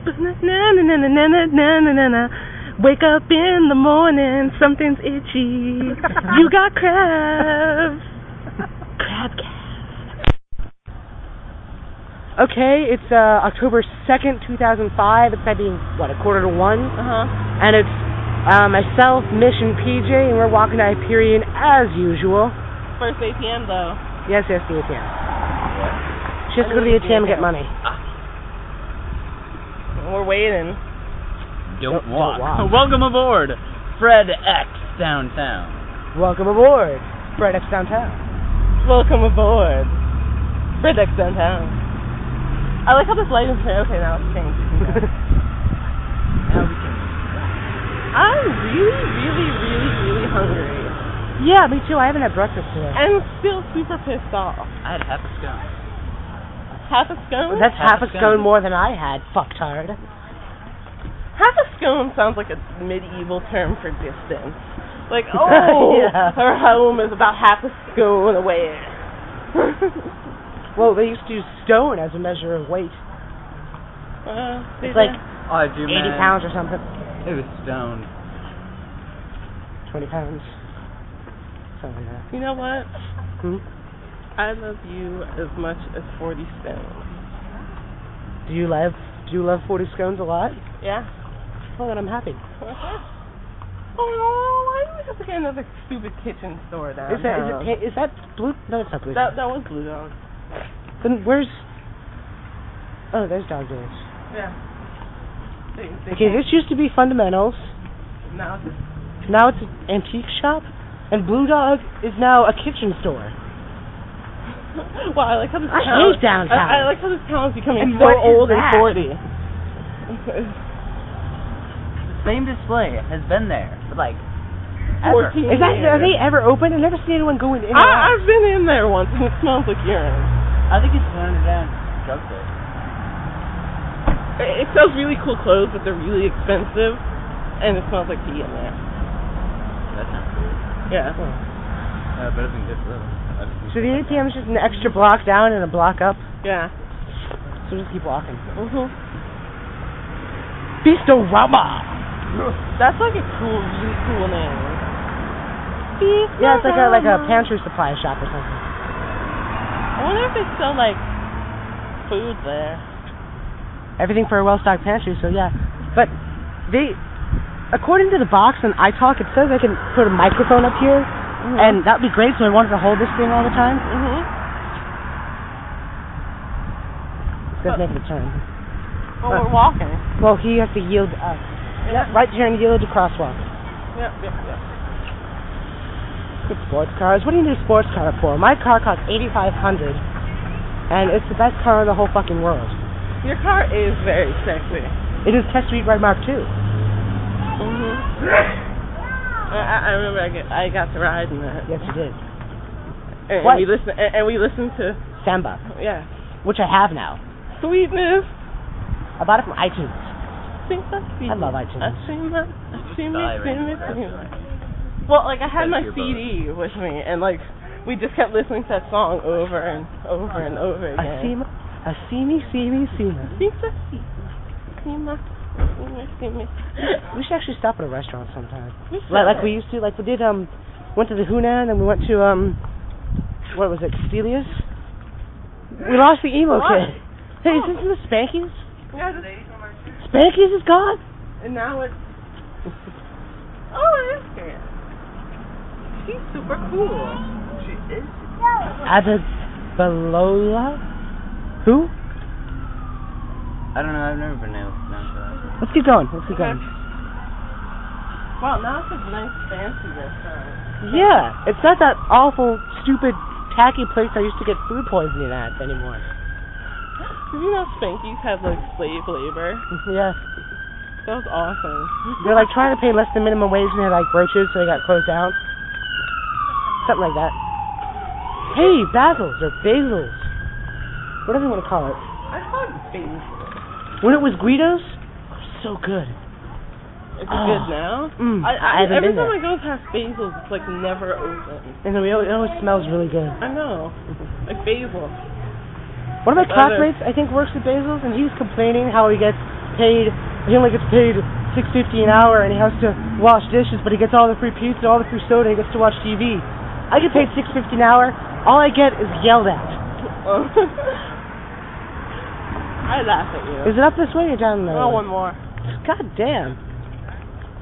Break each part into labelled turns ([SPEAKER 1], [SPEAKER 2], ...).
[SPEAKER 1] na na na na na na na na na na. Wake up in the morning, something's itchy. You got crabs. Crab cat.
[SPEAKER 2] Okay, it's uh, October 2nd, 2005. It's maybe, what, a quarter to one?
[SPEAKER 1] Uh huh.
[SPEAKER 2] And it's uh, myself, Mish, and PJ, and we're walking to Hyperion as usual.
[SPEAKER 1] First ATM though.
[SPEAKER 2] Yes, yes, the ATM. She has to go to the ATM and get money.
[SPEAKER 1] We're waiting.
[SPEAKER 2] Don't- don't
[SPEAKER 3] Don't walk.
[SPEAKER 2] walk.
[SPEAKER 3] Welcome aboard, Fred X downtown.
[SPEAKER 2] Welcome aboard, Fred X Downtown.
[SPEAKER 1] Welcome aboard. Redux downtown. I like how this light is there. Okay, now it's changed.
[SPEAKER 3] Now we can.
[SPEAKER 1] I'm really, really, really, really hungry.
[SPEAKER 2] yeah, me too. I haven't had breakfast today.
[SPEAKER 1] I'm still super pissed off.
[SPEAKER 3] I had half a scone.
[SPEAKER 1] Half a scone?
[SPEAKER 2] That's half
[SPEAKER 3] half
[SPEAKER 2] a
[SPEAKER 3] a
[SPEAKER 2] scone
[SPEAKER 3] scone.
[SPEAKER 2] more than I had, fucktard.
[SPEAKER 1] Half a scone sounds like a medieval term for distance. Like, oh,
[SPEAKER 2] Yeah.
[SPEAKER 1] her home is about half a scone away.
[SPEAKER 2] Well, they used to use stone as a measure of weight.
[SPEAKER 1] uh,
[SPEAKER 2] It's like
[SPEAKER 3] Oh, do
[SPEAKER 2] 80 pounds or something.
[SPEAKER 3] It was stoned.
[SPEAKER 2] 20 pounds. Something like
[SPEAKER 1] you know what?
[SPEAKER 2] that. Hmm?
[SPEAKER 1] I love you as much as 40 stone.
[SPEAKER 2] Do you love Do you love 40 scones a lot?
[SPEAKER 1] Yeah?
[SPEAKER 2] Well, then I'm happy.
[SPEAKER 1] oh, why do we have to get another stupid kitchen store down?
[SPEAKER 2] Is that is, it, pa- is that blue? No, that's not blue.
[SPEAKER 1] that, that was Blue Dog.
[SPEAKER 2] Then where's? Oh, there's dog days.
[SPEAKER 1] Yeah. They, they
[SPEAKER 2] Okay, this used to be fundamentals.
[SPEAKER 1] now it's just
[SPEAKER 2] Now it's an antique shop, and Blue Dog is now a kitchen store.
[SPEAKER 1] wow, I like how this
[SPEAKER 2] I
[SPEAKER 1] town,
[SPEAKER 2] hate downtown.
[SPEAKER 1] I, I like how this town is becoming
[SPEAKER 2] And
[SPEAKER 1] so
[SPEAKER 2] what is
[SPEAKER 1] old
[SPEAKER 2] that?
[SPEAKER 1] and forty.
[SPEAKER 3] The same display has been there for like ever.
[SPEAKER 1] Fourteen.
[SPEAKER 2] Is that
[SPEAKER 1] years.
[SPEAKER 2] are they ever open? I've never seen anyone go in. in or
[SPEAKER 1] I,
[SPEAKER 2] out.
[SPEAKER 1] I've been in there once and it smells like urine.
[SPEAKER 3] I think it's an underground drug store.
[SPEAKER 1] It, it sells really cool clothes, but they're really expensive, and it smells like pee in there.
[SPEAKER 3] That sounds
[SPEAKER 1] Yeah.
[SPEAKER 2] Oh.
[SPEAKER 3] Uh, but it's been good for them. I've
[SPEAKER 2] So
[SPEAKER 3] been-
[SPEAKER 2] the ATM is just an extra block down and a block up.
[SPEAKER 1] Yeah.
[SPEAKER 2] So just keep walking.
[SPEAKER 1] Mhm.
[SPEAKER 2] Feastorama.
[SPEAKER 1] That's like a cool, really cool name.
[SPEAKER 2] Yeah, it's like a like a pantry supply shop or something.
[SPEAKER 1] I wonder if they sell like food there.
[SPEAKER 2] everything for a well-stocked pantry. So yeah, but they, according to the box on iTalk, it says I can put a microphone up here,
[SPEAKER 1] Hmm.
[SPEAKER 2] and that'd be great. So I wanted to hold this thing all the time.
[SPEAKER 1] Mhm.
[SPEAKER 2] Does make the turn.
[SPEAKER 1] Well, we're walking.
[SPEAKER 2] Well, he has to yield to us.
[SPEAKER 1] Yep.
[SPEAKER 2] Right turn, yield to crosswalk.
[SPEAKER 1] Yep. Yep. Yep.
[SPEAKER 2] Good sports cars. What do you need a sports car for? My car costs eighty-five hundred, and it's the best car in the whole fucking world.
[SPEAKER 1] Your car is very sexy.
[SPEAKER 2] It is test street red mark too.
[SPEAKER 1] hmm
[SPEAKER 2] Mm-hmm.
[SPEAKER 1] I, I remember I, get, I got to ride in that.
[SPEAKER 2] Yes, it is.
[SPEAKER 1] And,
[SPEAKER 2] What?
[SPEAKER 1] and we listen and, and we listened to
[SPEAKER 2] Samba,
[SPEAKER 1] yeah.
[SPEAKER 2] which I have now.
[SPEAKER 1] Sweetness.
[SPEAKER 2] I bought it from iTunes.
[SPEAKER 1] Think that's
[SPEAKER 2] I love
[SPEAKER 1] sweetness.
[SPEAKER 2] iTunes.
[SPEAKER 1] I sing that. I sing
[SPEAKER 3] Die
[SPEAKER 1] it,
[SPEAKER 3] right
[SPEAKER 1] sing it,
[SPEAKER 3] now.
[SPEAKER 1] sing it. Well, like I had my
[SPEAKER 3] That's your
[SPEAKER 1] CD with me, and like we just kept listening to that song over and over and over
[SPEAKER 2] A
[SPEAKER 1] again.
[SPEAKER 2] Sema, a Semi, Semi, Sema.
[SPEAKER 1] Think that's sweetness. Sweetness, sweetness, sweetness.
[SPEAKER 2] We should actually stop at a restaurant sometime.
[SPEAKER 1] We
[SPEAKER 2] Like, like
[SPEAKER 1] should.
[SPEAKER 2] we used to, like we did. Um, went to the Hunan and we went to um, what was it, Castilius? We lost the emo
[SPEAKER 1] What?
[SPEAKER 2] kid. Hey, is this in the Spankies?
[SPEAKER 1] Yeah, just-
[SPEAKER 2] Spankies is gone.
[SPEAKER 1] And now it's. Oh, it is Karen. She's super cool. She is.
[SPEAKER 2] Adabalola. Who?
[SPEAKER 3] I don't know. I've never been able to pronounce that.
[SPEAKER 2] Let's keep going. Let's keep
[SPEAKER 1] Okay.
[SPEAKER 2] going.
[SPEAKER 1] Wow, now it's a nice fancy restaurant.
[SPEAKER 2] Yeah, it's not that awful, stupid, tacky place I used to get food poisoning at anymore.
[SPEAKER 1] Did you know Spanky's had like slave labor?
[SPEAKER 2] yeah,
[SPEAKER 1] That was awesome.
[SPEAKER 2] they're like trying to pay less than minimum wage and they had like roaches, so they got closed down. Something like that. Hey, basils or basils. Whatever you want to call it.
[SPEAKER 1] I call it Spanky.
[SPEAKER 2] When it was Guido's, so good.
[SPEAKER 1] Is it
[SPEAKER 2] Oh.
[SPEAKER 1] good now?
[SPEAKER 2] Mm,
[SPEAKER 1] I,
[SPEAKER 2] I
[SPEAKER 1] I,
[SPEAKER 2] haven't
[SPEAKER 1] every
[SPEAKER 2] been
[SPEAKER 1] time I
[SPEAKER 2] there.
[SPEAKER 1] go past Basil's, it's like never open.
[SPEAKER 2] And then we, al- it always smells really good.
[SPEAKER 1] I know. Like Basil.
[SPEAKER 2] One of
[SPEAKER 1] Other-
[SPEAKER 2] my classmates, I think, works at Basil's, and he was complaining how he gets paid. He only gets paid six fifty an hour, and he has to wash dishes, but he gets all the free pizza, all the free soda, he gets to watch TV. I get paid six fifty an hour. All I get is yelled at.
[SPEAKER 1] I laugh at you.
[SPEAKER 2] Is it up this way or down there?
[SPEAKER 1] Oh, one more.
[SPEAKER 2] God damn.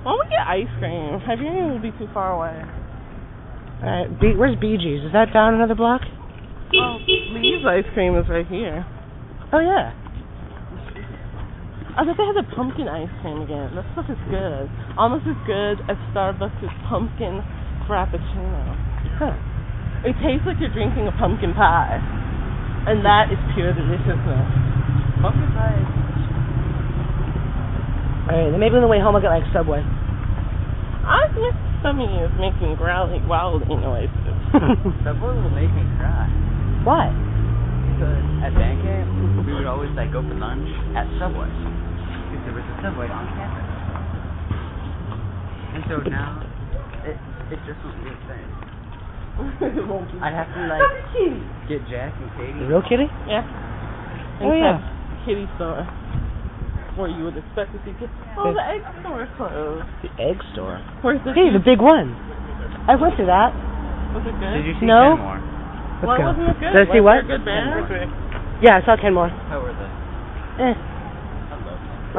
[SPEAKER 1] Why don't we get ice cream? Hibernian will be too far away.
[SPEAKER 2] All right, B- where's BG's? Is that down another block?
[SPEAKER 1] Oh, Lee's ice cream is right here.
[SPEAKER 2] Oh yeah.
[SPEAKER 1] I bet they had the pumpkin ice cream again. That stuff is good. Almost as good as Starbucks' pumpkin frappuccino.
[SPEAKER 2] Huh.
[SPEAKER 1] It tastes like you're drinking a pumpkin pie. And that is pure deliciousness.
[SPEAKER 3] Pumpkin pie.
[SPEAKER 2] All right, then maybe on the way home I'll get like Subway.
[SPEAKER 1] I miss something is making growly, growly noises.
[SPEAKER 3] Subway will make me cry.
[SPEAKER 2] Why?
[SPEAKER 3] Because at band camp, we would always like go for lunch at Subway. Because there was a Subway on campus. And so now, it, it just won't be a thing.
[SPEAKER 1] it won't be.
[SPEAKER 3] I'd have to like get Jack and Katie.
[SPEAKER 2] The real kitty?
[SPEAKER 1] Yeah.
[SPEAKER 2] Oh,
[SPEAKER 1] In some
[SPEAKER 2] yeah.
[SPEAKER 1] Kitty store. Where you would expect to see kids. Oh, the egg store is closed.
[SPEAKER 2] The egg store.
[SPEAKER 1] Where's the
[SPEAKER 2] Hey, the big one. I went to that.
[SPEAKER 1] Was it good?
[SPEAKER 3] Did you see
[SPEAKER 2] No.
[SPEAKER 3] Kenmore?
[SPEAKER 2] Let's
[SPEAKER 1] Why
[SPEAKER 2] go.
[SPEAKER 1] wasn't it good?
[SPEAKER 2] Did I see
[SPEAKER 1] Wasn't
[SPEAKER 2] what?
[SPEAKER 1] it Good band?
[SPEAKER 2] Yeah, I saw Kenmore.
[SPEAKER 3] How were they?
[SPEAKER 2] Eh.
[SPEAKER 3] I love them.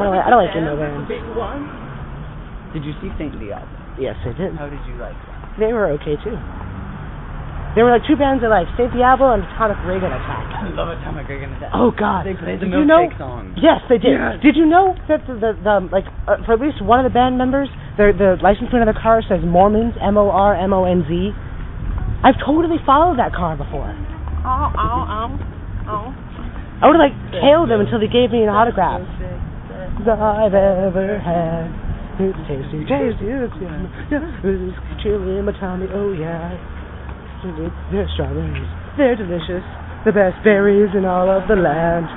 [SPEAKER 2] Oh, I don't, like- I don't like Kenmore bands.
[SPEAKER 1] Big one.
[SPEAKER 3] Did you see St. Diablo?
[SPEAKER 2] Yes, I did.
[SPEAKER 3] How did you like them?
[SPEAKER 2] They were okay too. There were like two bands that like Save Diablo and Atomic Reagan Attack.
[SPEAKER 3] I love Atomic Reagan Attack.
[SPEAKER 2] Oh God!
[SPEAKER 3] They played the
[SPEAKER 2] did you know?
[SPEAKER 3] milkshake song.
[SPEAKER 2] Yes, they did.
[SPEAKER 3] Yes.
[SPEAKER 2] Did you know that the, the, the like uh, for at least one of the band members, their the license plate on their car says Mormons M O R M O N Z. I've totally followed that car
[SPEAKER 1] Oh,
[SPEAKER 2] before.
[SPEAKER 1] oh, oh. Oh.
[SPEAKER 2] I would have like tailed them until they gave me an autograph. That I've ever had. It's tasty, tasty, it's yum. It's chili in my tummy, oh yeah. They're strawberries, they're delicious. The best berries in all of the land.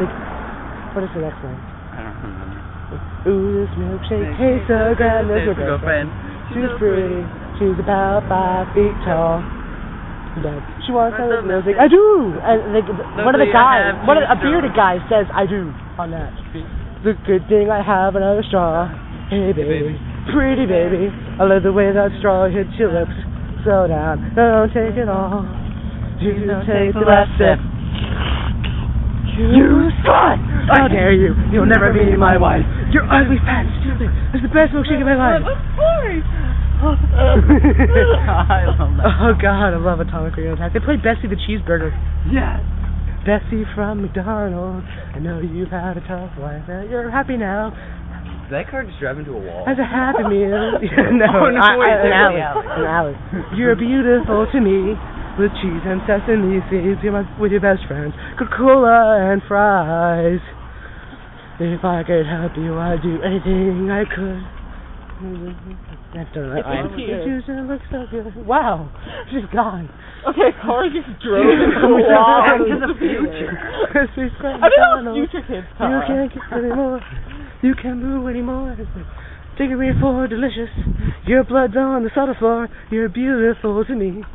[SPEAKER 2] Like, what is the next one?
[SPEAKER 3] I don't remember.
[SPEAKER 2] Ooh, this milkshake tastes so good. This is
[SPEAKER 3] There's your
[SPEAKER 2] girlfriend.
[SPEAKER 3] girlfriend.
[SPEAKER 2] She's pretty. She's about five feet tall. But she wants to
[SPEAKER 3] I
[SPEAKER 2] listen to
[SPEAKER 3] love that
[SPEAKER 2] music. I do. And the, the, one of the
[SPEAKER 3] Luckily, I
[SPEAKER 2] guys,
[SPEAKER 3] have
[SPEAKER 2] one of,
[SPEAKER 3] two
[SPEAKER 2] a bearded guy says, "I do" on that. The good thing I have another straw. Hey baby, pretty baby, I love the way that straw hits your lips. Slow down, don't take it all. You don't take the last sip. You slut! How dare you? You'll never be my wife. You're ugly, fat, stupid. That's the best milkshake of my life.
[SPEAKER 3] I love that.
[SPEAKER 2] oh God, I love Atomic Real Attack. They played Bessie the Cheeseburger.
[SPEAKER 3] Yes.
[SPEAKER 2] Bessie from McDonald's. I know you've had a tough life. uh, You're happy now.
[SPEAKER 3] Did that car just drive into a wall?
[SPEAKER 2] Has a happy meal. no,
[SPEAKER 3] Oh, no,
[SPEAKER 2] I, I,
[SPEAKER 3] wait,
[SPEAKER 2] an
[SPEAKER 3] that's
[SPEAKER 2] alley.
[SPEAKER 3] the alley.
[SPEAKER 2] An alley. You're beautiful to me. With cheese and sesame seeds, you're my, with your best friends, Coca-Cola and fries. If I could help you, I'd do anything I could. That's all right.
[SPEAKER 1] It's
[SPEAKER 2] You
[SPEAKER 1] here.
[SPEAKER 2] used to look so good. Wow, she's gone.
[SPEAKER 1] Okay, Corey just drove into the wall.
[SPEAKER 3] Back to the future.
[SPEAKER 2] She's from
[SPEAKER 1] I think that was
[SPEAKER 2] McDonald's.
[SPEAKER 1] future kids' car.
[SPEAKER 2] You can't get any more. You can't move anymore. Take a read for delicious. Your blood's on the subtle floor. You're beautiful to me.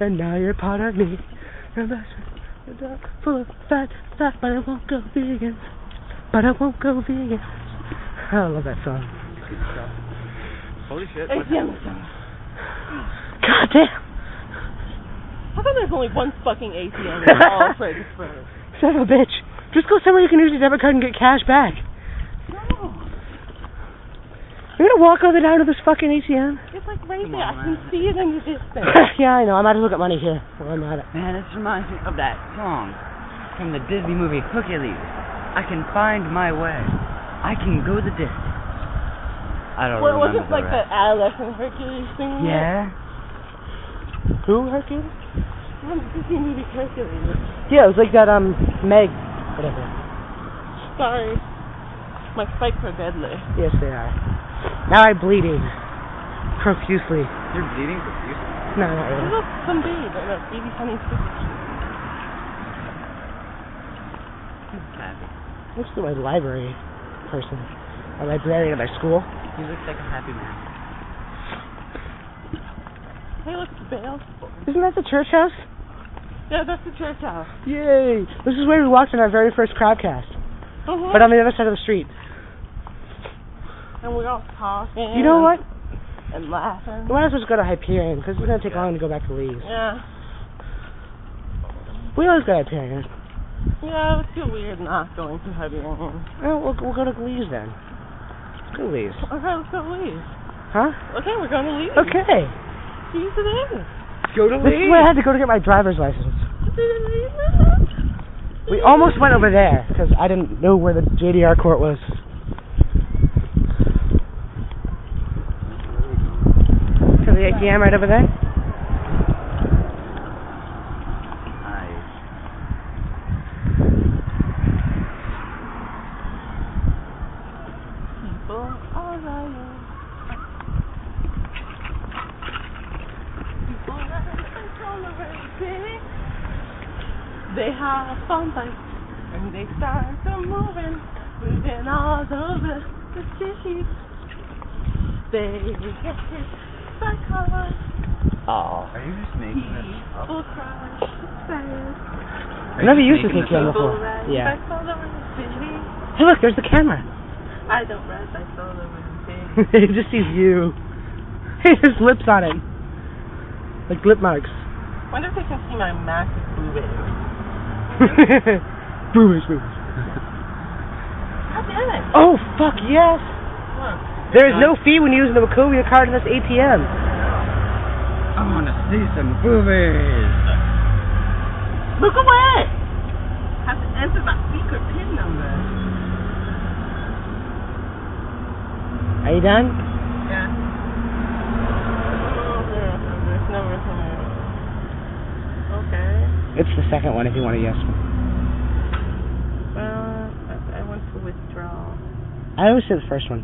[SPEAKER 2] And now you're part of me. Your best friend, you're full of fat, fat, but I won't go vegan. But I won't go vegan. I love that song.
[SPEAKER 3] Holy shit.
[SPEAKER 1] Hey, Jim,
[SPEAKER 2] God damn.
[SPEAKER 1] How come there's only one fucking ATM in all of Fredericksburg?
[SPEAKER 2] Son of a bitch. Just go somewhere you can use your debit card and get cash back. You're gonna walk all the way down to this fucking ATM?
[SPEAKER 1] It's like right
[SPEAKER 3] Come
[SPEAKER 1] there.
[SPEAKER 3] on,
[SPEAKER 1] I can
[SPEAKER 3] man.
[SPEAKER 1] see it in the distance.
[SPEAKER 2] yeah, I know. I might as well get money here. Well, I'm at it.
[SPEAKER 3] Man, this reminds me of that song from the Disney movie Hercules. I can find my way. I can go the distance. I don't
[SPEAKER 1] Well, it
[SPEAKER 3] remember
[SPEAKER 1] wasn't like the
[SPEAKER 3] the rest.
[SPEAKER 1] adolescent Hercules thing.
[SPEAKER 3] Yeah.
[SPEAKER 2] Who, Hercules?
[SPEAKER 1] Remember the Disney movie Hercules?
[SPEAKER 2] Yeah, it was like that, um, Meg. Whatever.
[SPEAKER 1] Sorry. My spikes are deadly.
[SPEAKER 2] Yes, they are. Now I'm bleeding. Profusely.
[SPEAKER 3] You're bleeding profusely.
[SPEAKER 2] No, not
[SPEAKER 1] There's
[SPEAKER 2] really.
[SPEAKER 1] a some babe in a baby funny
[SPEAKER 3] Happy.
[SPEAKER 2] Looks like my library person. A librarian at my school.
[SPEAKER 3] He looks like a happy man.
[SPEAKER 1] Hey, look, Bale.
[SPEAKER 2] Isn't that the church house?
[SPEAKER 1] Yeah, that's the church house.
[SPEAKER 2] Yay! This is where we walked in our very first crowdcast.
[SPEAKER 1] Mhm.
[SPEAKER 2] but on the other side of the street.
[SPEAKER 1] and we're all talking.
[SPEAKER 2] You know what?
[SPEAKER 1] And laughing.
[SPEAKER 2] We might as well just go to Hyperion because it's gonna take long to go back to Lee's.
[SPEAKER 1] Yeah.
[SPEAKER 2] We always go to Hyperion.
[SPEAKER 1] Yeah, it would feel weird not going to Heavy Rain.
[SPEAKER 2] Well, we'll, we'll go to Lee's then. Go to Lee's,
[SPEAKER 1] Okay, let's go leave.
[SPEAKER 2] huh?
[SPEAKER 1] Okay, we're going to leave.
[SPEAKER 2] Okay.
[SPEAKER 1] She's it in.
[SPEAKER 3] Go to
[SPEAKER 2] This is
[SPEAKER 3] Lee.
[SPEAKER 2] where I had to go to get my driver's license. We almost went over there because I didn't know where the JDR court was. To the ATM right over there.
[SPEAKER 3] Nice.
[SPEAKER 1] People are lying. People are all over the city. They have a fun time and they start to moving, moving all over the city. They get hit by cars,
[SPEAKER 3] Oh. Are you just making this up?
[SPEAKER 1] people cry, sad.
[SPEAKER 3] I've
[SPEAKER 2] I've never used this ATM
[SPEAKER 1] People
[SPEAKER 2] before.
[SPEAKER 1] ride
[SPEAKER 2] Yeah.
[SPEAKER 1] bikes all over the city.
[SPEAKER 2] Hey, look, there's the camera.
[SPEAKER 1] I don't ride bikes all over the city.
[SPEAKER 2] it just sees you. Hey, there's lips on it, like lip marks.
[SPEAKER 1] wonder if they can see my massive boob.
[SPEAKER 2] Boomers, boomers.
[SPEAKER 1] How did it?
[SPEAKER 2] Oh fuck yes! There is no fee when using the Wachovia card in this ATM.
[SPEAKER 3] I want to see some boobies.
[SPEAKER 1] Look away! Have to enter my secret PIN number.
[SPEAKER 2] Are you done?
[SPEAKER 1] Yeah. Oh, There's no reason there. Okay.
[SPEAKER 2] It's the second one if you want to yes.
[SPEAKER 1] Well, I, I want to withdraw
[SPEAKER 2] I always say the first one.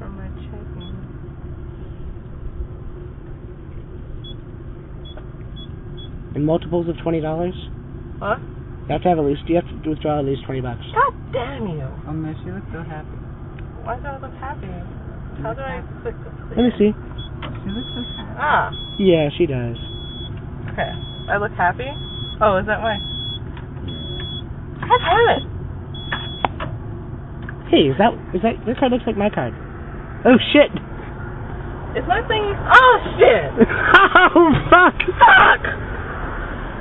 [SPEAKER 1] from my checking.
[SPEAKER 2] In multiples of twenty dollars,
[SPEAKER 1] What?
[SPEAKER 2] you have to have at least you have to withdraw at least twenty bucks.
[SPEAKER 1] God damn you!
[SPEAKER 3] Oh man, she looks so happy.
[SPEAKER 1] Why do I look happy? How do I click
[SPEAKER 2] Let me see.
[SPEAKER 3] She looks so happy.
[SPEAKER 1] Ah,
[SPEAKER 2] Yeah, she does.
[SPEAKER 1] okay. I look happy? Oh, is that why? God damn it!
[SPEAKER 2] Hey, is that is that your card looks like my card? Oh shit!
[SPEAKER 1] Is my thing. Oh, shit!
[SPEAKER 2] oh fuck!
[SPEAKER 1] Fuck!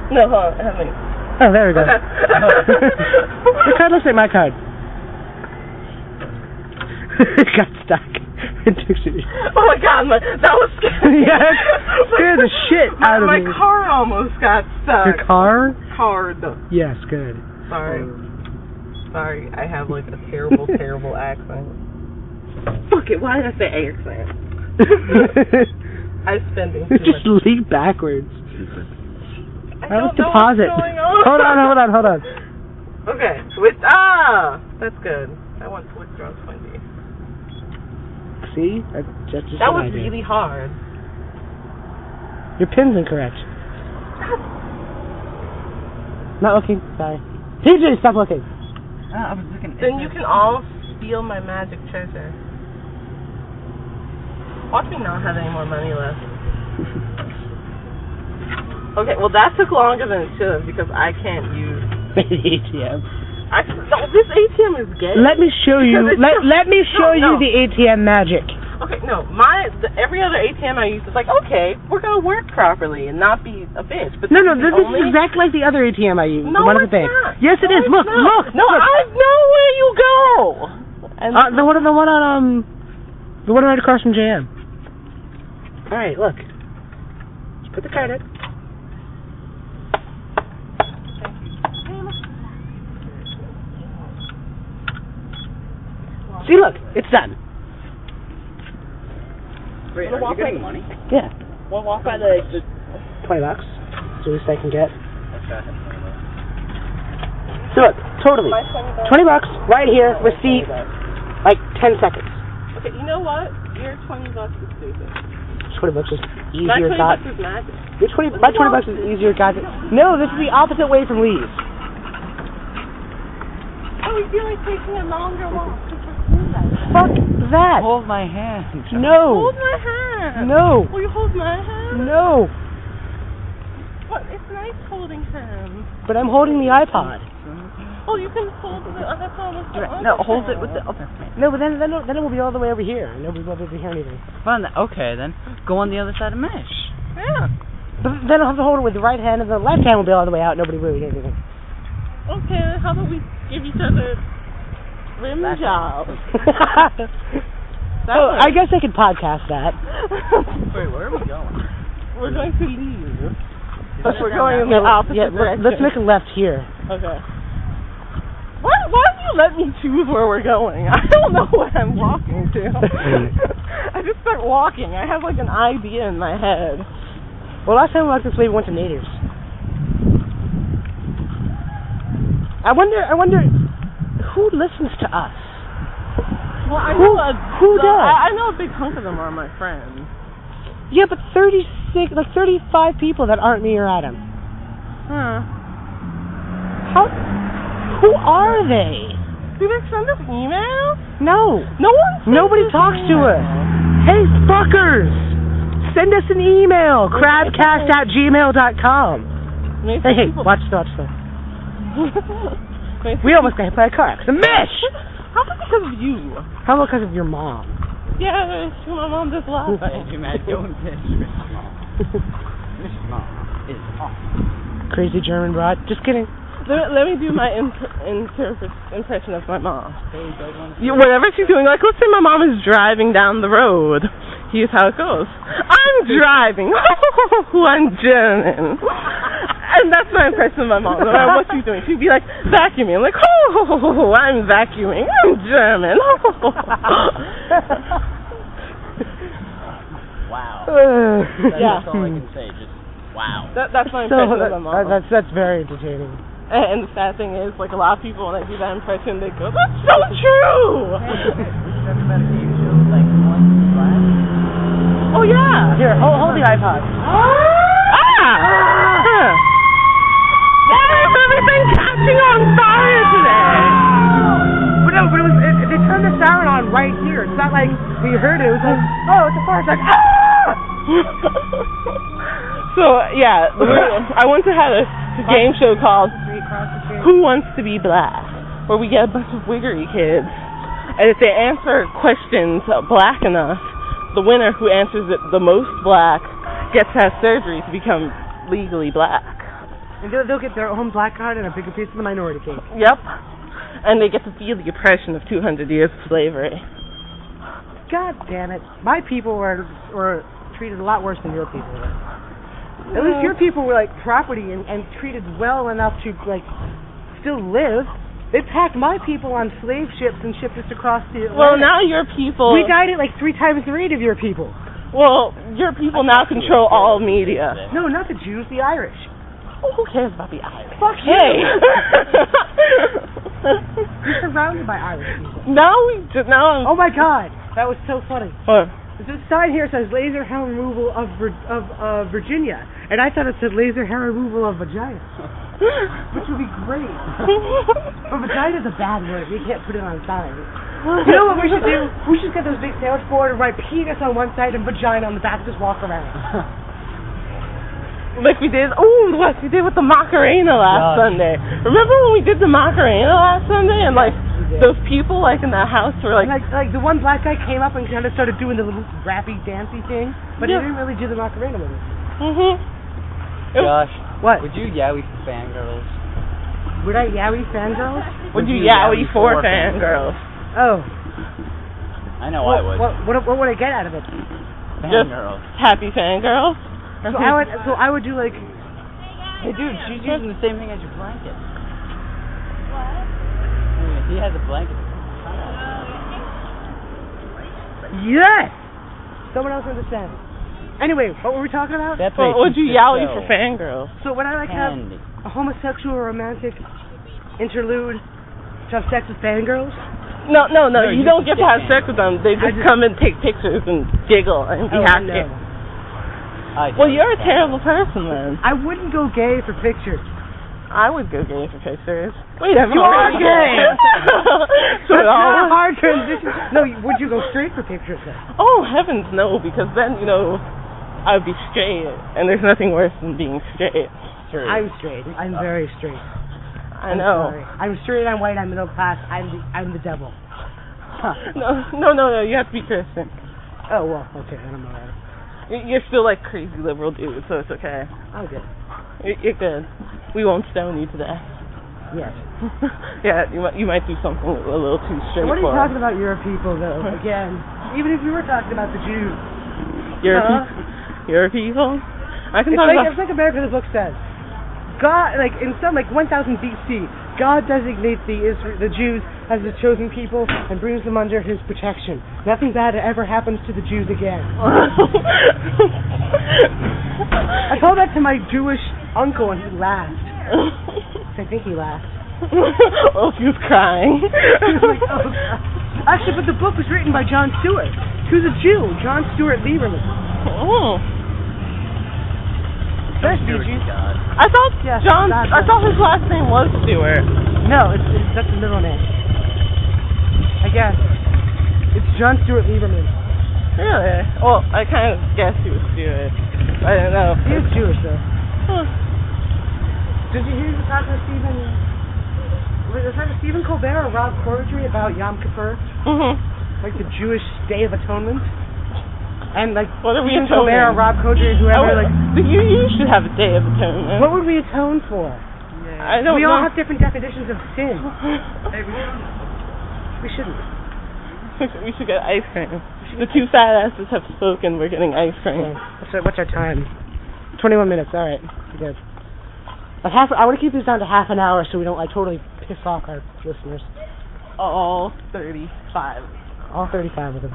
[SPEAKER 1] No, hold on. Have me.
[SPEAKER 2] Oh, there we go. your card looks like my card. it got stuck. It took it.
[SPEAKER 1] Oh my god, my, that was scary.
[SPEAKER 2] Yeah, that scared the shit
[SPEAKER 1] my,
[SPEAKER 2] out of
[SPEAKER 1] my
[SPEAKER 2] me.
[SPEAKER 1] car almost got stuck.
[SPEAKER 2] Your car?
[SPEAKER 1] Hard.
[SPEAKER 2] Yes, good.
[SPEAKER 1] Sorry. Sorry, I have like a terrible, terrible accent. Fuck it, why did I say accent? I'm spending too
[SPEAKER 2] just
[SPEAKER 1] much.
[SPEAKER 2] leap backwards.
[SPEAKER 1] I
[SPEAKER 2] Now
[SPEAKER 1] don't
[SPEAKER 2] let's
[SPEAKER 1] know
[SPEAKER 2] deposit.
[SPEAKER 1] what's going on.
[SPEAKER 2] Hold on, hold on, hold on.
[SPEAKER 1] Okay, with ah, that's good. I want to withdraw twenty.
[SPEAKER 2] See? That, that's just
[SPEAKER 1] That
[SPEAKER 2] what
[SPEAKER 1] was
[SPEAKER 2] I did.
[SPEAKER 1] really hard.
[SPEAKER 2] Your pin's incorrect. Not looking. Sorry. TJ, stop looking.
[SPEAKER 3] Ah, I was looking.
[SPEAKER 1] Then you can all steal my magic treasure. Watch me not have any more money left. Okay, well that took longer than it should have because I can't use.
[SPEAKER 2] ATM.
[SPEAKER 1] I no, this ATM is gay.
[SPEAKER 2] Let me show you.
[SPEAKER 1] Because it's
[SPEAKER 2] Let
[SPEAKER 1] just-
[SPEAKER 2] Let me
[SPEAKER 1] No,
[SPEAKER 2] show
[SPEAKER 1] no.
[SPEAKER 2] you the ATM magic.
[SPEAKER 1] Okay, no, my the, every other ATM I use is like okay, we're gonna work properly and not be a bitch. But
[SPEAKER 2] No, no,
[SPEAKER 1] this
[SPEAKER 2] this
[SPEAKER 1] is
[SPEAKER 2] is
[SPEAKER 1] only,
[SPEAKER 2] exactly like the other ATM I use.
[SPEAKER 1] No,
[SPEAKER 2] the one
[SPEAKER 1] it's
[SPEAKER 2] at the bank.
[SPEAKER 1] not.
[SPEAKER 2] Yes, it
[SPEAKER 1] No,
[SPEAKER 2] is.
[SPEAKER 1] it's
[SPEAKER 2] Look,
[SPEAKER 1] not.
[SPEAKER 2] look.
[SPEAKER 1] No,
[SPEAKER 2] look.
[SPEAKER 1] I know where you go. And
[SPEAKER 2] Uh, the one, the one on um, the one right across from JM. All right, look. Just put the card in. See, look, it's done.
[SPEAKER 3] Wait,
[SPEAKER 1] are you getting
[SPEAKER 3] money?
[SPEAKER 2] Yeah,
[SPEAKER 1] we'll walk by the.
[SPEAKER 2] twenty bucks. That's the least I can get. So look, totally,
[SPEAKER 1] my twenty dollars.
[SPEAKER 2] twenty bucks right here, receipt, like ten seconds.
[SPEAKER 1] Okay, you know what? Your twenty bucks is stupid.
[SPEAKER 2] Twenty bucks is
[SPEAKER 1] My twenty
[SPEAKER 2] easier thought.
[SPEAKER 1] bucks is magic.
[SPEAKER 2] Your twenty, my twenty bucks is easier, guys. No, this is the opposite way from Lee's.
[SPEAKER 1] Oh, we feel like taking a longer walk.
[SPEAKER 2] Fuck that.
[SPEAKER 3] Hold my hand.
[SPEAKER 2] No,
[SPEAKER 1] Hold my hand.
[SPEAKER 2] no,
[SPEAKER 1] Will you hold my hand?
[SPEAKER 2] no.
[SPEAKER 1] What? It's nice holding hands.
[SPEAKER 2] But I'm holding the iPod.
[SPEAKER 1] Oh, you can hold the other phone with the
[SPEAKER 3] No, hold it with the. Oh,
[SPEAKER 2] No, but then then it'll, then it will be all the way over here, and nobody will be able to hear anything.
[SPEAKER 3] fun. Okay, then go on the other side of mesh.
[SPEAKER 1] Yeah.
[SPEAKER 2] But then I'll have to hold it with the right hand, and the left hand will be all the way out. Nobody will be able to hear anything.
[SPEAKER 1] Okay, then how about we give each other rim
[SPEAKER 3] That's-
[SPEAKER 1] jobs? That
[SPEAKER 2] oh,
[SPEAKER 1] works.
[SPEAKER 2] I guess I could podcast that.
[SPEAKER 3] Wait, where are we going?
[SPEAKER 1] We're going to leave. But we're
[SPEAKER 3] Yeah,
[SPEAKER 1] going in the opposite
[SPEAKER 2] yeah, let-
[SPEAKER 1] direction.
[SPEAKER 2] let's make a left here.
[SPEAKER 1] Okay. Why, why do you let me choose where we're going? I don't know what I'm walking to. I just start walking. I have like an idea in my head.
[SPEAKER 2] Well, last time we walked this way, we went to natives. I wonder, I wonder, who listens to us?
[SPEAKER 1] Well, I
[SPEAKER 2] Who-
[SPEAKER 1] know a,
[SPEAKER 2] who
[SPEAKER 1] the-
[SPEAKER 2] does?
[SPEAKER 1] I, I know a big hunk of them are my friends.
[SPEAKER 2] Yeah, but 36, like 35 people that aren't me or Adam.
[SPEAKER 1] Huh.
[SPEAKER 2] How, who are they?
[SPEAKER 1] Do they send us emails?
[SPEAKER 2] No.
[SPEAKER 1] No one. sends
[SPEAKER 2] Nobody
[SPEAKER 1] us
[SPEAKER 2] talks to
[SPEAKER 1] emails.
[SPEAKER 2] us. Hey, fuckers! Send us an email, crabcast at gmail.com.
[SPEAKER 1] Maybe
[SPEAKER 2] Hey, hey,
[SPEAKER 1] people-
[SPEAKER 2] watch, watch, watch.
[SPEAKER 1] Maybe-
[SPEAKER 2] We almost got hit by a car accident. Mish!
[SPEAKER 1] How come because of you?
[SPEAKER 2] How about because of your mom?
[SPEAKER 1] Yeah, she, my mom just laughed.
[SPEAKER 3] Thank you, Matt. Don't piss Miss Mom. Miss Mom is awesome.
[SPEAKER 2] Crazy German broad. Just kidding.
[SPEAKER 1] Let, let me do my inter- interpret impression of my mom.
[SPEAKER 3] Hey, you guys wanna-
[SPEAKER 1] You- Whatever she's doing, like let's say my mom is driving down the road. Here's how it goes. I'm driving. Oh, I'm German. And that's my impression of my mom, no matter what she's doing. She'd be like vacuuming, like, oh, I'm vacuuming. I'm German.
[SPEAKER 3] Wow.
[SPEAKER 2] Ugh.
[SPEAKER 3] That's
[SPEAKER 1] Yeah.
[SPEAKER 3] all I can say. Just wow.
[SPEAKER 1] that, that's my
[SPEAKER 2] So
[SPEAKER 1] impression of
[SPEAKER 2] that-
[SPEAKER 1] my mom.
[SPEAKER 2] that- that's that's very entertaining.
[SPEAKER 1] And, and the sad thing is, like a lot of people, when they do that impression, they go, "That's so true." Oh yeah.
[SPEAKER 2] Here, hold, hold the iPod.
[SPEAKER 1] Ah! Huh. Why is everything catching on fire today?
[SPEAKER 2] But no, but it was it, they turned the siren on right here. It's not like we heard it. It was like, oh, it's a fire. It's like, ah!
[SPEAKER 1] so yeah, we're- I once had a game show called Who Wants to Be Black, where we get a bunch of wiggery kids, and if they answer questions black enough, the winner who answers it the most black gets to have surgery to become legally black.
[SPEAKER 2] And they'll, they'll get their own black card and a bigger piece of the minority cake.
[SPEAKER 1] Yep. And they get to feel the oppression of 200 years of slavery.
[SPEAKER 2] God damn it! My people were were treated a lot worse than your people. Were. At least your people were like property and, and treated well enough to like still live. They packed my people on slave ships and shipped us across the Atlantic.
[SPEAKER 1] Well, now your people.
[SPEAKER 2] we died at like three times the rate of your people.
[SPEAKER 1] well, your people now control all media.
[SPEAKER 2] No, not the Jews, the Irish.
[SPEAKER 1] Oh, who cares about the Irish?
[SPEAKER 2] Fuck
[SPEAKER 1] Hey.
[SPEAKER 2] You're surrounded by Irish people.
[SPEAKER 1] now we just now.
[SPEAKER 2] Oh my God, that was so funny.
[SPEAKER 1] What?
[SPEAKER 2] This sign here says laser hair removal of Vir- of uh, Virginia, and I thought it said laser hair removal of vagina, which would be great. But vagina's a bad word. We can't put it on signs. You know what we should do? We should get those big sandwich board and write penis on one side and vagina on the back. Just walk around.
[SPEAKER 1] Like we did. Oh, what we did with the Macarena last
[SPEAKER 2] God.
[SPEAKER 1] Sunday. Remember when we did the Macarena last Sunday and like those people like in that house were like.
[SPEAKER 2] Like, like the one black guy came up and kind of started doing the little rappy dancey thing, but
[SPEAKER 1] Yeah.
[SPEAKER 2] he didn't really do the Macarena with it.
[SPEAKER 1] Mhm.
[SPEAKER 3] Gosh.
[SPEAKER 2] What?
[SPEAKER 3] Would you yowie for fangirls?
[SPEAKER 2] Would I yowie fangirls?
[SPEAKER 1] Would you yowie for fangirls?
[SPEAKER 2] Oh.
[SPEAKER 3] I know I would.
[SPEAKER 2] What, what, what would I get out of it?
[SPEAKER 3] fangirls.
[SPEAKER 1] Happy fangirls?
[SPEAKER 2] So I would, so I would do like
[SPEAKER 3] Hey, dude, she's using the same thing as your blanket. What? He has a blanket.
[SPEAKER 2] Yes! Someone else understands. Anyway, what were we talking about?
[SPEAKER 3] That's
[SPEAKER 1] Well,
[SPEAKER 3] what
[SPEAKER 1] would you yowie for fangirls?
[SPEAKER 2] So when I like have
[SPEAKER 3] Candy.
[SPEAKER 2] a homosexual romantic interlude to have sex with fangirls?
[SPEAKER 1] No, no, no.
[SPEAKER 3] No,
[SPEAKER 1] you,
[SPEAKER 3] you
[SPEAKER 1] don't
[SPEAKER 3] can
[SPEAKER 1] get to
[SPEAKER 3] get
[SPEAKER 1] have sex with them. They just,
[SPEAKER 2] just-
[SPEAKER 1] come and take pictures and giggle and be
[SPEAKER 2] Oh,
[SPEAKER 1] happy.
[SPEAKER 2] no.
[SPEAKER 3] I
[SPEAKER 1] Well, you're a terrible person then.
[SPEAKER 2] I wouldn't go gay for pictures.
[SPEAKER 1] I would go gay for pictures. Wait, I'm
[SPEAKER 2] You are
[SPEAKER 1] already
[SPEAKER 2] gay.
[SPEAKER 1] so it
[SPEAKER 2] That's not a
[SPEAKER 1] all-
[SPEAKER 2] hard transition. No, you- would you go straight for pictures then?
[SPEAKER 1] Oh heavens no, because then you know I would be straight, and there's nothing worse than being straight.
[SPEAKER 3] True.
[SPEAKER 2] I'm straight. I'm very straight.
[SPEAKER 1] I know.
[SPEAKER 2] Sorry. I'm straight. I'm white. I'm middle class. I'm the I'm the devil. Huh.
[SPEAKER 1] No, no, no, no. You have to be Christian.
[SPEAKER 2] Oh well. Okay. Then I'm alright.
[SPEAKER 1] You- You're still like crazy liberal dude, so it's okay.
[SPEAKER 2] I'm good.
[SPEAKER 1] You're- You're good. We won't stone you to death.
[SPEAKER 2] Yes.
[SPEAKER 1] yeah, you might you might do something a little too
[SPEAKER 2] So what are you
[SPEAKER 1] straightforward.
[SPEAKER 2] talking about your people though? Again, even if you were talking about the Jews,
[SPEAKER 1] You're a
[SPEAKER 2] Huh?
[SPEAKER 1] peop- you're a people. I can
[SPEAKER 2] it's
[SPEAKER 1] talk
[SPEAKER 2] like,
[SPEAKER 1] about
[SPEAKER 2] it's like America. The book says, God, like in some like 1000 BC, God designates the Isra- the Jews as His chosen people and brings them under His protection. Nothing bad ever happens to the Jews again.
[SPEAKER 1] Oh,
[SPEAKER 2] I told that to my Jewish uncle and he laughed. I think he laughed.
[SPEAKER 1] oh, he was crying.
[SPEAKER 2] like, oh, God. Actually, but the book was written by John Stewart, who's a Jew, John Stewart Lieberman.
[SPEAKER 1] Oh.
[SPEAKER 2] That's Jew.
[SPEAKER 1] I thought
[SPEAKER 2] Yeah,
[SPEAKER 1] John.
[SPEAKER 2] that's
[SPEAKER 1] I
[SPEAKER 2] it.
[SPEAKER 1] thought his last name was Stewart.
[SPEAKER 2] No, it's, it's that's the middle name. I guess it's John Stewart Lieberman.
[SPEAKER 1] Really? Well, I kind of guessed he was Stewart. I don't know.
[SPEAKER 2] He is Jewish though.
[SPEAKER 1] Huh.
[SPEAKER 2] Did you hear the talk of Stephen? Was it either Stephen Colbert or Rob Corddry about Yom Kippur,
[SPEAKER 1] Mhm.
[SPEAKER 2] like the Jewish Day of Atonement? And like
[SPEAKER 1] What are we
[SPEAKER 2] Stephen Colbert or
[SPEAKER 1] atoning?
[SPEAKER 2] Rob Corddry,
[SPEAKER 1] I
[SPEAKER 2] whoever,
[SPEAKER 1] would-
[SPEAKER 2] like
[SPEAKER 1] but you, you should have a day of atonement.
[SPEAKER 2] what would we atone for?
[SPEAKER 1] I don't
[SPEAKER 2] we
[SPEAKER 1] know.
[SPEAKER 2] all have different definitions of sin. We shouldn't.
[SPEAKER 1] we should get ice cream. The two sad asses have spoken. We're getting ice cream.
[SPEAKER 2] What's our, what's our time? 21 minutes. All right. Good. Like half, I want to keep these down to half an hour so we don't like totally piss off our listeners.
[SPEAKER 1] All 35.
[SPEAKER 2] All 35 of them.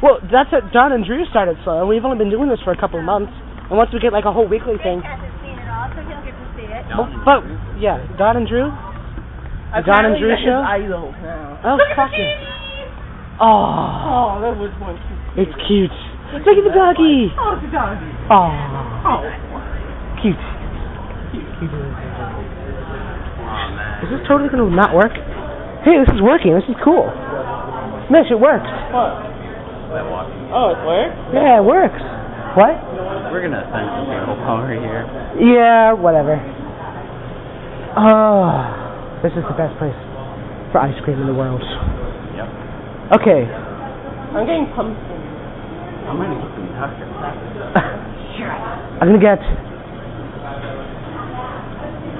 [SPEAKER 2] Well, that's what Don and Drew started slow. We've only been doing this for a couple of months. And once we get like a whole weekly thing.
[SPEAKER 4] hasn't seen it all, so he'll get to see it.
[SPEAKER 2] But, but yeah, Don and Drew. The Don and Drew show.
[SPEAKER 1] Idol now.
[SPEAKER 2] Oh fuck yeah. Oh,
[SPEAKER 1] Oh, that was one.
[SPEAKER 2] it's cute. Look at the doggy.
[SPEAKER 1] Oh, it's a doggy.
[SPEAKER 2] Oh,
[SPEAKER 1] Oh.
[SPEAKER 2] cute.
[SPEAKER 3] Aw, man.
[SPEAKER 2] Is this totally gonna not work? Hey, this is working. This is cool. Mitch, it works.
[SPEAKER 1] What? Oh, it worked?
[SPEAKER 2] Yeah, it works. What?
[SPEAKER 3] We're gonna offend some people while we're here.
[SPEAKER 2] Yeah, whatever. Oh, this is the best place for ice cream in the world.
[SPEAKER 3] Yep.
[SPEAKER 2] Okay.
[SPEAKER 1] I'm getting pumpkin.
[SPEAKER 3] I'm gonna get some Tucker.
[SPEAKER 2] I'm gonna get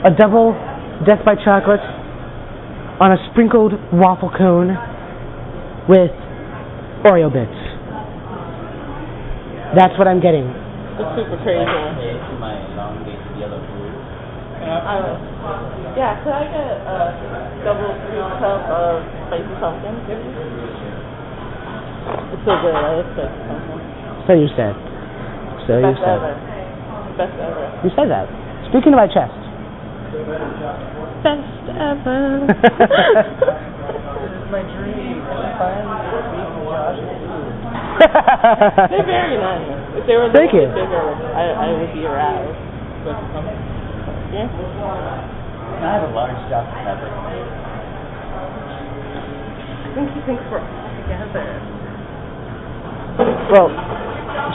[SPEAKER 2] a double death by chocolate on a sprinkled waffle cone with Oreo bits. That's what I'm getting.
[SPEAKER 1] It's super crazy.
[SPEAKER 3] My elongated yellow food.
[SPEAKER 1] yeah, could I get a double three cup of spicy pumpkin? It's so good. I love spicy pumpkin.
[SPEAKER 2] So you said. So you
[SPEAKER 1] Best ever.
[SPEAKER 2] said.
[SPEAKER 1] Best ever.
[SPEAKER 2] You said that. Speaking to my chest.
[SPEAKER 1] Best ever. They're very nice. If they were a
[SPEAKER 2] Thank
[SPEAKER 1] little
[SPEAKER 2] you.
[SPEAKER 1] bit bigger, I, I would be aroused. Spicy pumpkin. Yeah.
[SPEAKER 3] Can I have a large Dr. Pepper?
[SPEAKER 2] well,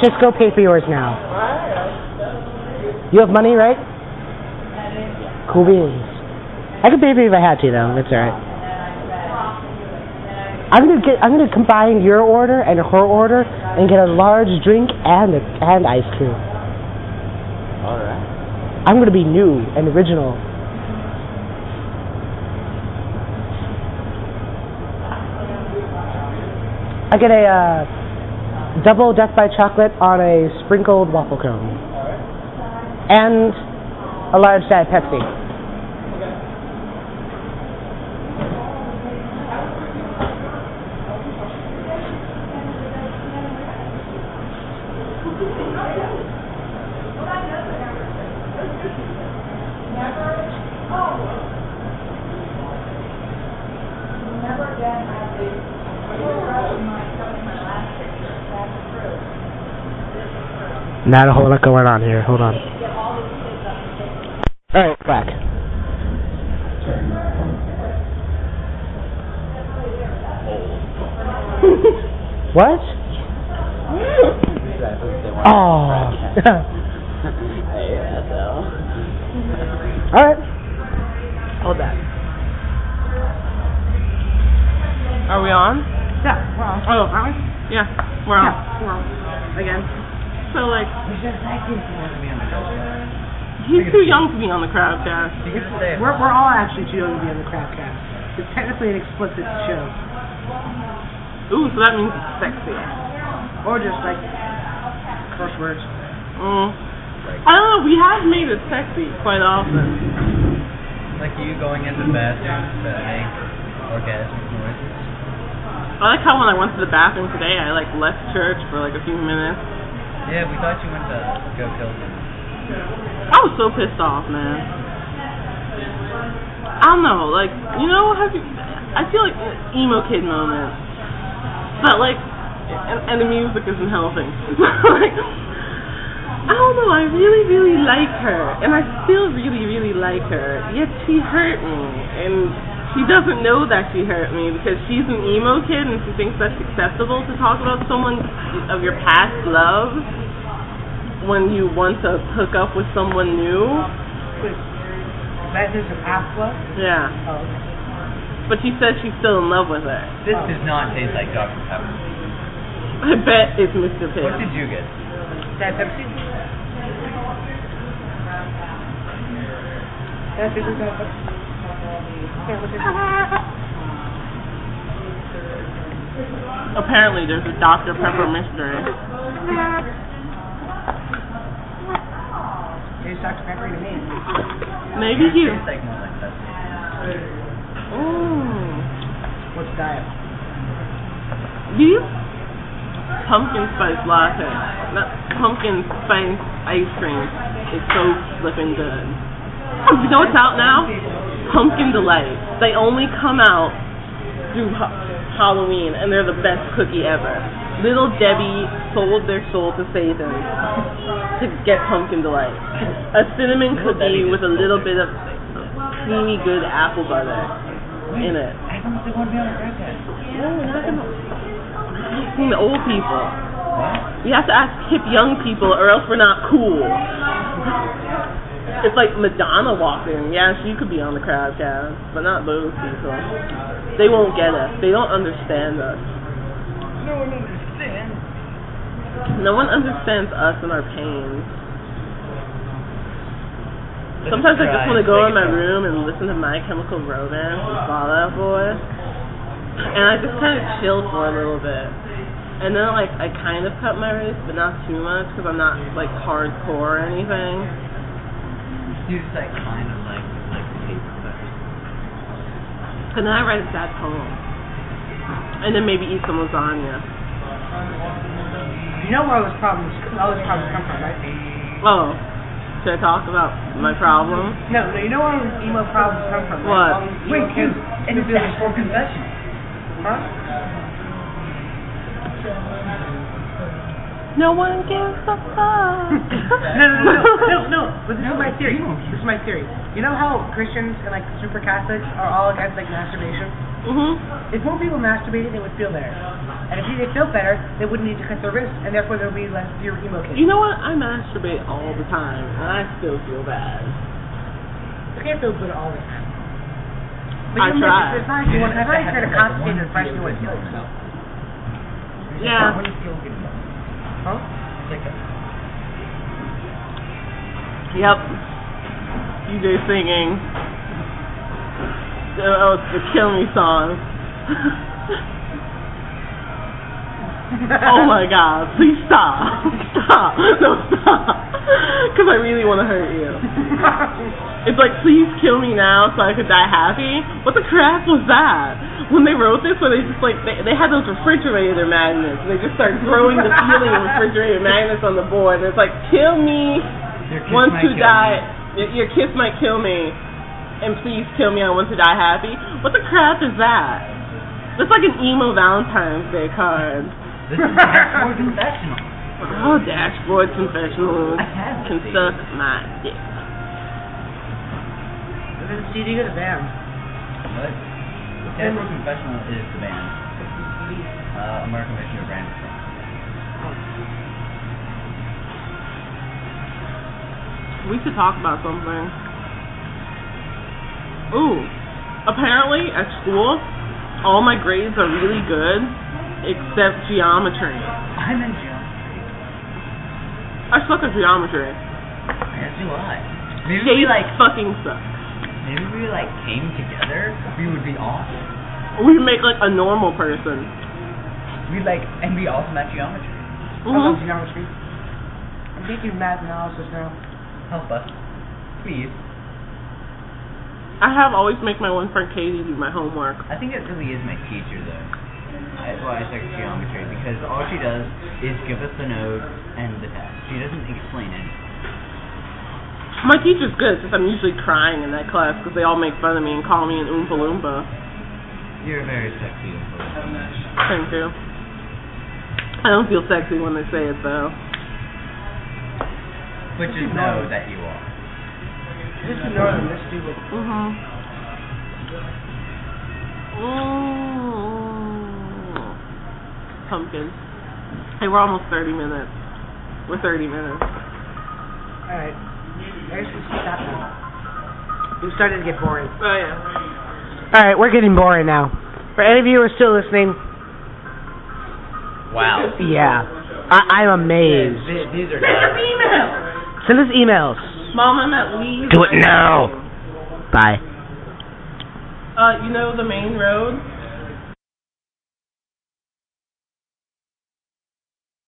[SPEAKER 2] just go pay for yours now. You have money, right? Cool beans. I could pay for you if I had to, though. That's all right. I'm gonna get. I'm gonna combine your order and her order and get a large drink and a, and ice cream.
[SPEAKER 3] Alright.
[SPEAKER 2] I'm gonna be new and original. I get a uh, double death by chocolate on a sprinkled waffle cone, and a large diet Pepsi. Not a whole lot going on here. Hold on. All right, back. what?
[SPEAKER 3] Oh. They want
[SPEAKER 2] Oh.
[SPEAKER 3] ASL.
[SPEAKER 2] All right.
[SPEAKER 5] Hold that.
[SPEAKER 1] Are we on?
[SPEAKER 5] Yeah, we're on.
[SPEAKER 1] Oh, are we? Yeah, we're on.
[SPEAKER 5] Yeah, we're on.
[SPEAKER 1] Again. So, like,
[SPEAKER 3] We should thank you for wanting to be on the show.
[SPEAKER 1] he's too young to be on the crowd, guys.
[SPEAKER 3] You get to say it.
[SPEAKER 2] We're, we're all actually too young to be on the crowd cast. It's technically an explicit show.
[SPEAKER 1] Ooh, so that means he's sexy.
[SPEAKER 2] Or just like curse words.
[SPEAKER 1] Mm. I don't know, we have made it sexy quite often.
[SPEAKER 3] Like you going into the bathroom to make orgasmic noises.
[SPEAKER 1] I like how when I went to the bathroom today, I, like, left church for, like, a few minutes.
[SPEAKER 3] Yeah, we thought you went to go kill them.
[SPEAKER 1] I was so pissed off, man. I don't know, like you know, have you? I feel like emo kid moment, but like, and, and the music isn't helping. like, I don't know. I really, really like her, and I still really, really like her. Yet she hurt me, and she doesn't know that she hurt me because she's an emo kid and she thinks that's acceptable to talk about someone of your past love when you want to hook up with someone new.
[SPEAKER 2] That is an alpha.
[SPEAKER 1] Yeah.
[SPEAKER 2] Oh, okay.
[SPEAKER 1] But she says she's still in love with her.
[SPEAKER 3] This does not taste like Dr. Pepper.
[SPEAKER 1] I bet it's Mr.
[SPEAKER 3] What
[SPEAKER 1] Pibb.
[SPEAKER 3] did you get?
[SPEAKER 2] That Pepsi. That Pepsi. That Pepsi.
[SPEAKER 1] Apparently, there's a Dr. Pepper mystery.
[SPEAKER 2] Here's Dr. Pepper to me.
[SPEAKER 1] Maybe
[SPEAKER 3] It
[SPEAKER 1] he's.
[SPEAKER 3] tastes like more like Pepsi.
[SPEAKER 1] Ooh.
[SPEAKER 2] What's diet?
[SPEAKER 1] These pumpkin spice latte, not pumpkin spice ice cream, is so flipping good. Oh, You know what's out now? Pumpkin delight. They only come out through ha- Halloween, and they're the best cookie ever. Little Debbie sold their soul to Satan to get pumpkin delight, a cinnamon
[SPEAKER 3] Little
[SPEAKER 1] cookie
[SPEAKER 3] Debbie
[SPEAKER 1] with a
[SPEAKER 3] just
[SPEAKER 1] little
[SPEAKER 3] sold
[SPEAKER 1] bit of creamy good apple butter in it.
[SPEAKER 3] I don't think they want to be on the podcast.
[SPEAKER 1] Asking the old people.
[SPEAKER 3] What?
[SPEAKER 1] We have to ask hip young people, or else we're not cool. It's like Madonna walking. Yeah, she could be on the crowd cast, but not those people. They won't get us. They don't understand us.
[SPEAKER 3] No one understands.
[SPEAKER 1] No one understands us and our pain. Sometimes I just want to go in my room and listen to My Chemical Romance and Fall Out Boy, and I just kind of chill for a little bit. And then like I kind of cut my wrist, but not too much because I'm not like hardcore or anything.
[SPEAKER 3] You just like kind of like like the taste of it.
[SPEAKER 1] But then I write a sad poem, and then maybe eat some lasagna.
[SPEAKER 2] You know where all those problems, Um, all those problems come from, right?
[SPEAKER 1] Oh, should I talk about my problem?
[SPEAKER 2] No, no, you know where all those emo problems come from, right? Um,
[SPEAKER 1] What?
[SPEAKER 2] All these
[SPEAKER 3] Wait,
[SPEAKER 2] emo
[SPEAKER 3] dude,
[SPEAKER 2] kids
[SPEAKER 3] and
[SPEAKER 2] who
[SPEAKER 3] it's
[SPEAKER 2] feel
[SPEAKER 3] just for confession.
[SPEAKER 2] Huh?
[SPEAKER 1] No one gives a fuck.
[SPEAKER 2] no, no, no, no, no, no, but this is my theory. This is my theory. You know how Christians and like super Catholics are all against like masturbation?
[SPEAKER 1] mhm.
[SPEAKER 2] If more people masturbated, they would feel better. And if they feel better, they wouldn't need to cut their wrists, and therefore there would be less fewer emo kids.
[SPEAKER 1] You know what? I masturbate all the time, and I still feel bad.
[SPEAKER 2] You can't feel good all the time.
[SPEAKER 1] I
[SPEAKER 2] you
[SPEAKER 1] try.
[SPEAKER 2] It's not like you want, it's not like you're gonna constantly
[SPEAKER 3] One
[SPEAKER 2] depression, you want to kill
[SPEAKER 3] feel good
[SPEAKER 2] yourself.
[SPEAKER 3] moment.
[SPEAKER 1] Yeah.
[SPEAKER 3] One feel good moment.
[SPEAKER 2] Huh?
[SPEAKER 3] It's like a-
[SPEAKER 1] Yep. DJ singing. Oh, it's the Kill Me song. oh my god, please stop. Stop. No, stop. Because I really want to hurt you. It's like, please kill me now so I could die happy. What the crap was that? When they wrote this, where they just like, they, they had those refrigerator magnets. And they just start throwing the feeling of refrigerator magnets on the board. And it's like, kill me,
[SPEAKER 3] Your kiss
[SPEAKER 1] want
[SPEAKER 3] might
[SPEAKER 1] to
[SPEAKER 3] kill
[SPEAKER 1] die.
[SPEAKER 3] me.
[SPEAKER 1] Your, your kiss might kill me, and please kill me. I want to die happy. What the crap is that? That's like an emo Valentine's Day card.
[SPEAKER 3] This is more confessional.
[SPEAKER 1] Oh, dashboard confessionals
[SPEAKER 3] I have
[SPEAKER 1] can
[SPEAKER 3] these.
[SPEAKER 1] suck my dick.
[SPEAKER 2] This is CD to the band.
[SPEAKER 3] What? Dashboard Confessional is the band. Uh, American Mission of Branson.
[SPEAKER 1] We should talk about something. Ooh. Apparently, at school, all my grades are really good except geometry.
[SPEAKER 3] I'm in geometry.
[SPEAKER 1] I suck at geometry.
[SPEAKER 3] As do I. Maybe
[SPEAKER 1] They
[SPEAKER 3] we like
[SPEAKER 1] fucking suck.
[SPEAKER 3] maybe we like came together, we would be awesome.
[SPEAKER 1] We make like a normal person.
[SPEAKER 3] We'd like and be awesome at geometry.
[SPEAKER 1] Mhm.
[SPEAKER 2] geometry. I'm taking math analysis now.
[SPEAKER 3] Help us. Please.
[SPEAKER 1] I have always make my one friend Katie do my homework.
[SPEAKER 3] I think it really is my teacher though. That's why I took geometry because all she does is give us the node and the test. She doesn't explain anything.
[SPEAKER 1] My teacher's good since I'm usually crying in that class because they all make fun of me and call me an Oompa Loompa.
[SPEAKER 3] You're very sexy. Influence.
[SPEAKER 1] Thank you. I don't feel sexy when they say it though.
[SPEAKER 3] But just know that you are.
[SPEAKER 2] Just ignore them. Let's do it.
[SPEAKER 1] Mhm. Mm. Pumpkin. Hey, we're almost 30 minutes. We're 30 minutes.
[SPEAKER 2] All right. There's the stop now. We're starting to get boring.
[SPEAKER 1] Oh yeah.
[SPEAKER 2] All right, we're getting boring now. For any of you who are still listening,
[SPEAKER 3] Wow.
[SPEAKER 2] yeah, I- I'm amazed.
[SPEAKER 3] Th- These are
[SPEAKER 2] Send us emails.
[SPEAKER 1] Mom, I'm at Lee's.
[SPEAKER 2] Do it now. Bye.
[SPEAKER 1] Uh, you know the main road?